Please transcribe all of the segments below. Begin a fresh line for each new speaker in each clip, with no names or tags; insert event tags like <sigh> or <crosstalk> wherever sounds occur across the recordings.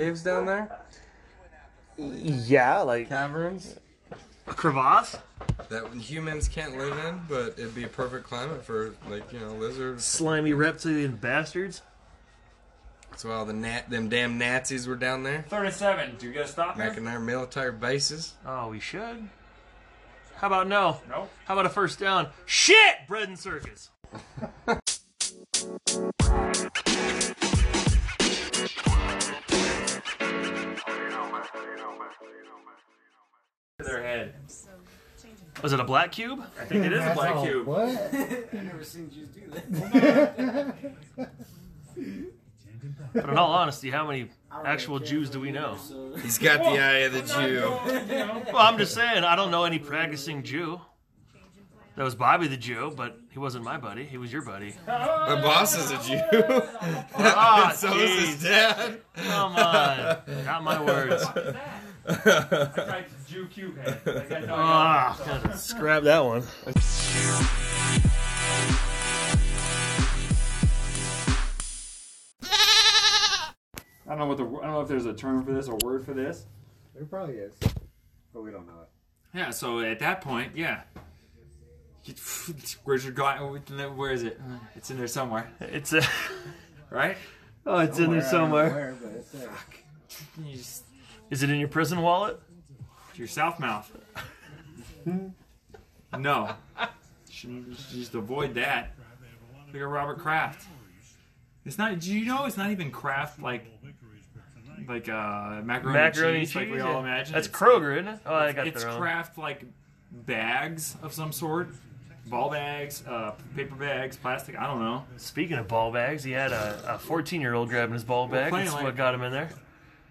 caves down there?
Yeah, like
Caverns
a crevasse.
that humans can't live in, but it'd be a perfect climate for like you know lizards.
Slimy reptilian bastards.
That's why all the nat them damn Nazis were down there
Thirty-seven. Do you get a stop here?
making their military bases.
Oh, we should. How about no?
No.
How about a first down? Shit! Bread and circus.
Their head.
Was it a black cube?
I think it is a black
Oh,
cube. <laughs>
What?
But in all honesty, how many actual Jews do we know?
He's got the eye of the Jew.
Well, I'm just saying, I don't know any practicing Jew. That was Bobby the Jew, but he wasn't my buddy. He was
<laughs>
your buddy.
My boss is a Jew. <laughs>
Ah,
and so is his
jeez.
dad.
Come on. Not my words. <laughs>
Type Jew cube head. Like, I know I
Ah, gotta scrap that one.
I don't know what the I don't know if there's a term for this or word for this.
There probably is, but we don't know it.
Yeah. So at that point, yeah. <laughs> Where's your guy? Where is it? It's in there somewhere,
It's a.
right?
<laughs> Oh, it's in there somewhere.
Where, but it's there.
You just,
Is it in your prison wallet?
your south mouth. Hmm? no. Should, should just avoid that. Look at Robert Kraft. It's not. Do you know it's not even Kraft like like uh, macaroni,
Macaroni
cheese,
cheese.
like we all imagine.
That's
It's-
Kroger, isn't it? Oh, I got
it's
the wrong.
craft like bags of some sort ball bags uh, paper bags plastic i don't know
Speaking of ball bags, he had a, a 14 year old grabbing his ball bag.
playing
That's
like-
what got him in there.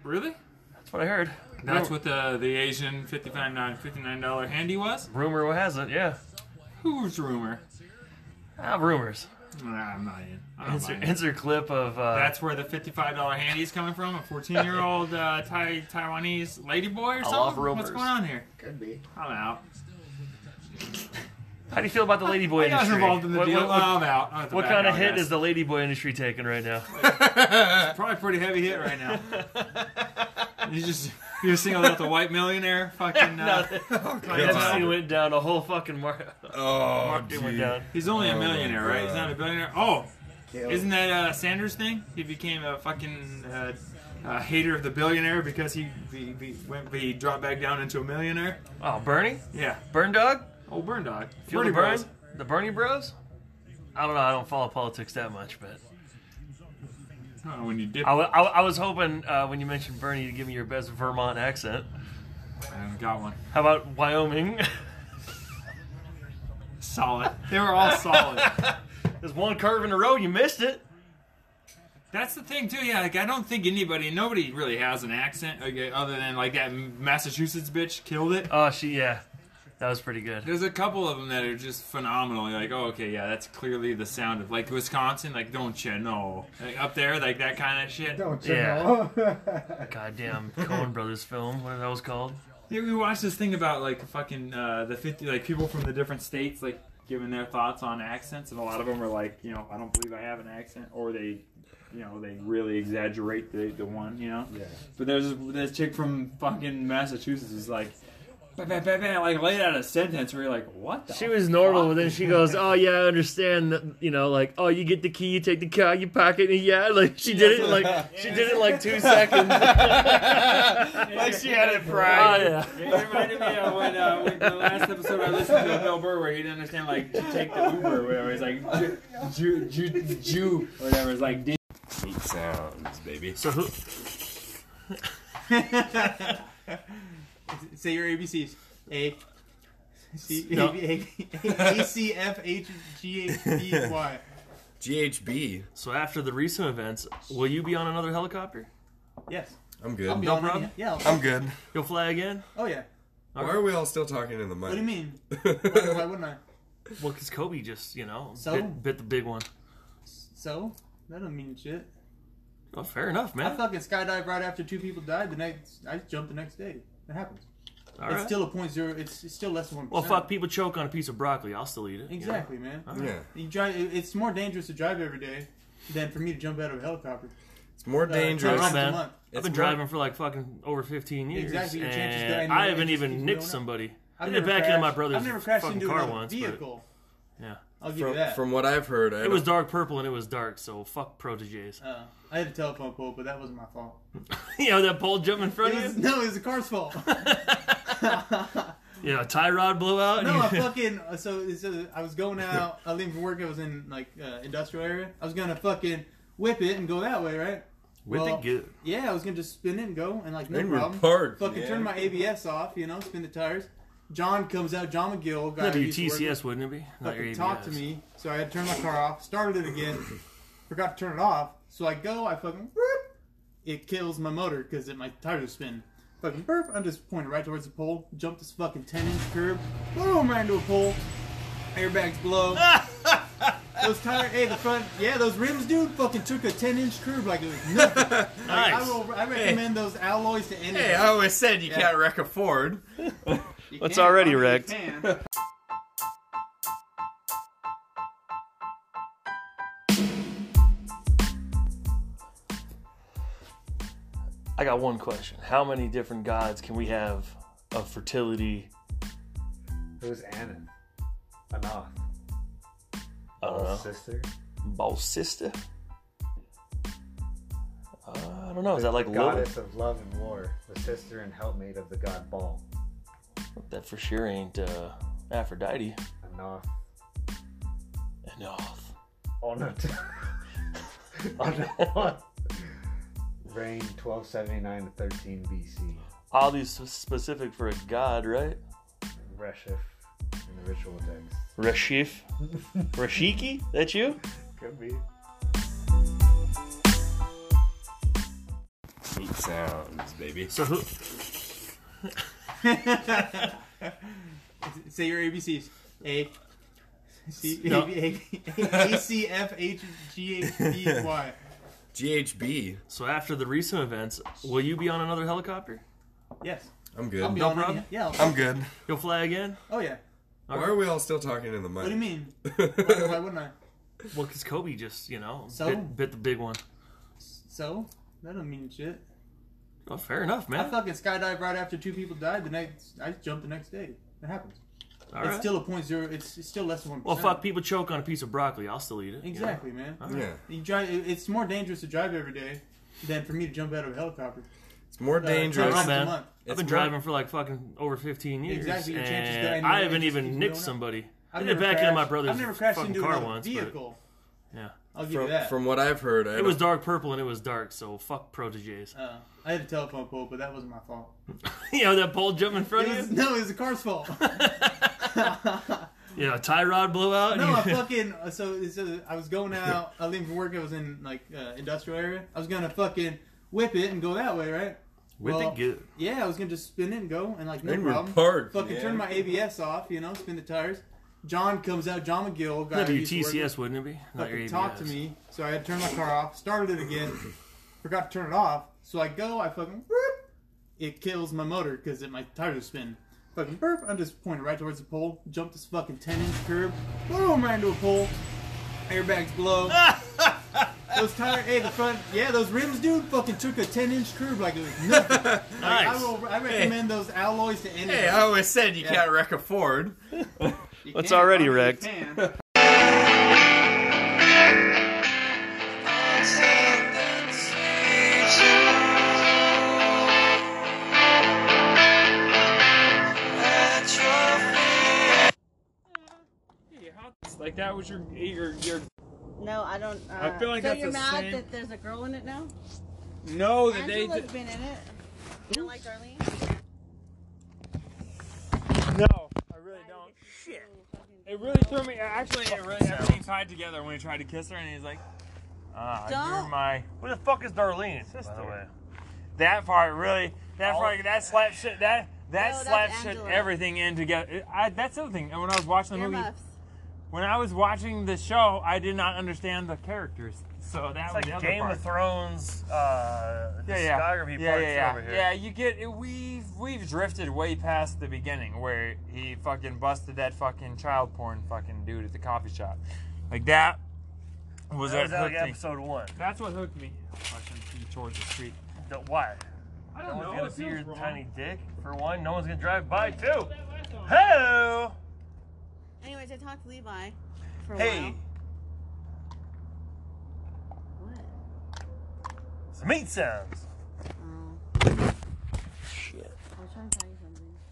really
That's what I heard.
that's what the the asian 55 59 dollar handy was
Rumor has it, yeah.
who's rumor
Ah, rumors.
nah, i'm not in I'm not
Insert,
in.
insert clip of. Uh,
Oh, that's where the $55 handy is coming from a 14 year old uh, Thai, taiwanese lady boy or
I love
something
rumors.
what's going on here
Could be.
i'm out
how do you feel about the ladyboy
i was
industry?
involved in the
what
deal Uh,
what- what-
i'm out I'm at the
what
back
kind of
out,
hit
guys.
is the ladyboy industry taking right
<laughs>
now?
Probably a pretty heavy hit right now. you just you're singing about the white millionaire fucking. Uh,
That
God.
scene went down a whole fucking <laughs> mark.
Oh,
Mark went
Jew.
down.
He's only a
Oh my
millionaire, right? He's not a billionaire. Oh,
Killed.
isn't that uh, Sanders thing? He became a fucking uh, uh, hater of the billionaire because he he, he went he dropped back down into a millionaire.
Oh, Bernie,
Yeah,
Burn Dog,
old burn dog.
Fuel
Bernie
the Burn,
Bros.
the Bernie Bros. I don't know. I don't follow politics that much, but
Oh, when you dip,
I, wa- I wa- I was hoping uh, when you mentioned Bernie to give me your best Vermont accent.
I got one.
How about Wyoming? <laughs>
Solid. They were all
<laughs>
solid.
There's one curve in a row. You missed it.
That's the thing too. Yeah, like I don't think anybody, nobody really has an accent okay, other than like that Massachusetts bitch killed it.
Oh, she yeah, that was pretty good.
There's a couple of them that are just phenomenal. You're like, oh, okay, yeah, that's clearly the sound of like Wisconsin, like don't you know, like, up there, like that kind of shit.
<laughs> Don't you
Yeah.
know?
<laughs>
Goddamn Coen Brothers film. What that was called?
Yeah, we watched this thing about like fucking uh, the fifty, like people from the different states, like giving their thoughts on accents, and a lot of them are like, you know, I don't believe I have an accent, or they, you know, they really exaggerate the the one, you know.
yeah.
But there's this, this chick from fucking Massachusetts is like, bah, bah, bah, bah, like laid out a sentence where you're like, what? The
She was normal,
fuck?
but then she goes, "Oh yeah, I understand. that, You know, like oh, you get the key, you take the car, you park it, and yeah, <laughs> like she did it in, like she did it in, like two seconds. <laughs> like
she had it
fried. <laughs> Oh, yeah.
It reminded me of when, uh, when the last episode I listened to of Bill Burr where he didn't understand like to take the Uber or whatever. He's like Jew, Jew, Jew, Jew or whatever. It's like.
Meat sounds, baby. <laughs>
So who,
Say your ABCs. A. C
No.
A B A A C F H G H B Y.
GHB.
so after the recent events, will you be on another helicopter?
Yes.
I'm
I'll be
good.
on
problem.
it. Yeah. I'll-
I'm good.
You'll fly again?
oh yeah.
Why are we all still talking in the
What do
<laughs>
you
mic?
<laughs>
mean? Why, why wouldn't I?
Well, because Kobe just you know
So?
bit, bit the big one.
So that don't mean shit.
Oh, fair enough,
I
man.
fucking skydived right after two people died. The next, I jumped the next day. It happens.
All
it's
right.
still a point zero. It's, it's still less than one.
well, fuck. People choke on a piece of broccoli. I'll still eat it. you know?
Exactly, man.
Yeah.
You drive. it- It's more dangerous to drive every day than for me to jump out of a helicopter.
It's more
Uh,
dangerous.
times a
man.
month.
I've been driving for like fucking over 15 years.
Exactly, your chances
and
die in your
I
life
haven't
just keeps
even nicked
going up.
somebody. i
I've
did
never
back into my
crashed-
brother's
I've never crashed
fucking
into
car
another
once. but
vehicle.
Yeah.
I'll give you
From,
that.
from what I've heard, I
it was
don't-
dark purple and it was dark, so fuck proteges. <laughs>
Uh, I had a telephone pole, but that wasn't my fault.
you know that pole jump in front
It
of
was-
you?
<laughs> no, it was the
<laughs>
car's fault.
You know, a tie rod blowout?
No, I
<laughs> You-
fucking uh, so, so I was going out. I leaving from work. I was in like uh, industrial area. I was gonna fucking whip it and go that way, right?
Whip
well,
it good.
Yeah, I was gonna just spin it and go and like no
Inward
problem.
park,
fucking
man.
turn my ABS off, you know, spin the tires. John comes out. John McGill, guy who
That'd be your
used to work with-
TCS, wouldn't it be? Not your
fucking talk to
ABS.
me. So I had to turn my car off. Started it again. <coughs> forgot to turn it off. So I go. I fucking <coughs> burp. It kills my motor because my tires are spinning. Fucking burp. I'm just pointed right towards the pole. Jump this fucking 10 inch curb. Boom! Right into a pole. Airbags
<laughs>
blow. those tires. Hey, the front. Yeah, those rims, dude. Fucking took a 10 inch curb like
<laughs>
it was nothing. Like, I,
Nice.
will, I recommend those alloys to anybody.
Hey, I always said you
Yeah.
can't wreck a Ford.
You
It's
can,
already
I mean, you
wrecked.
can.
<laughs> I got one question. How many different gods can we have of fertility?
Who's Annan? Anoth.
I don't know.
Sister?
Ball sister? Uh, I don't know. Is that like Lilith?
Goddess of love and war. The sister and helpmate of the god Baal.
That for sure ain't uh, Aphrodite. uh,
Anoth.
Enough.
<laughs> Onut. Onut. Oh, Reign 1279 to 13 BC.
Oddly's specific for a god, right?
Reshif in the ritual text.
Rashif. Rashiki? That you?
Could be.
Sweet sounds, baby.
So who?
Say your ABCs. A. C
No.
A B A A C F H G H B Y.
GHB.
So after the recent events, will you be on another helicopter?
Yes.
I'm
I'll be
good.
on
problem.
any- Yeah. I'll-
I'm good.
You'll fly again?
Oh yeah.
Why are we all still talking in the mic?
What
<laughs>
do
<laughs>
you mean? Why,
mean?
why wouldn't I?
Well, because Kobe just, you know,
So?
bit, bit the big one.
So that don't mean shit.
Well, Oh, fair enough,
I
man.
fucking skydived right after two people died. The next, I jumped the next day. It happens.
All
it's
right.
still a point zero. It's, it's still less than one.
well, fuck, people choke on a piece of broccoli. I'll still eat it. you know?
Exactly, man.
All right.
yeah.
You drive. it- It's more dangerous to drive every day than for me to jump out of a helicopter.
It's more
Uh, ten
dangerous.
times a
man.
month.
I've
It's
been
more-
driving for like fucking over 15 years.
Exactly, your chances
and
die in your
I
life
haven't
just keeps
even nicked
going up.
somebid I
I've
did it
never
back into
crashed-
my brother's
I've never crashed
fucking
into
car
another
once, but-
vehicle.
Yeah.
I'll give you
From,
that.
from what I've heard, I
It was
don't-
dark purple and it was dark, so fuck proteges. <laughs>
Uh, I had a telephone pole, but that wasn't my fault.
you know that pole jump in front
It was-
of
<laughs>
you?
no, it was the
<laughs>
car's fault.
You know, a tie rod blowout?
no, I
<laughs> You-
fucking uh, so, so I was going out. I leaving from work. I was in like uh, industrial area. I was gonna fucking whip it and go that way, right?
Whip
well-
it good.
Yeah, I was gonna just spin it and go and like no
Inward
problem.
park,
fucking
man.
turn my ABS off, you know, spin the tires. John comes out. John McGill, guy
That'd
who
be your
used to work with-
TCS, wouldn't it be? Not your
fucking talk to
ABS.
me. So I had to turn my car off. Started it again. <coughs> forgot to turn it off. So I go. I fucking burp. It kills my motor because it my tires are spinning. Fucking burp. I'm just pointed right towards the pole. Jump this fucking 10 inch curb. Boom! Right into a pole. Airbags
<laughs>
blow. those tire. Hey, the front. Yeah, those rims, dude. Fucking took a 10 inch curb like it was nothing. Like,
Nice.
I, will, I recommend those alloys to anybody.
Hey, I always said you
Yeah.
can't wreck a Ford.
You
It's
can,
already
I mean, you
wrecked. <laughs>
can.
Like that was your your your.
No, I don't. Uh,
I feel like
so
that's
you're
the
mad
same-
that there's a girl in it now?
No, that they.
Angela's
Did,
been in it. You don't like Darlene?
no, I really don't.
Shit.
It really threw me. Actually, it really everything tied together when he tried to kiss her, and he's like, "Ah, you're
Don't.
my." Where the fuck is Darlene? That part really. That part. That slap shit. That that
No, that's
slap shit.
Angela.
Everything in together. I, that's the other thing. And when I was watching the movie,
Earmuffs.
when I was watching the show, I did not understand the characters. So that was the other part.
Thrones uh,
yeah, yeah. yeah, yeah, yeah. Yeah, you get we've we've drifted way past the beginning where he fucking busted that fucking child porn fucking dude at the coffee shop. Like that was that, hooked me.
one.
That's what hooked me. Fucking towards the street.
Don't- why?
I
No
don't
one's
know.
gonna
It
see your
feels wrong.
tiny dick for one. No one's gonna drive by too.
Hey!
Hello.
Anyways, I talked to Levi for a
Hey,
while. What?
some meat sounds.
Oh,
Shit.
I was trying to tell you something.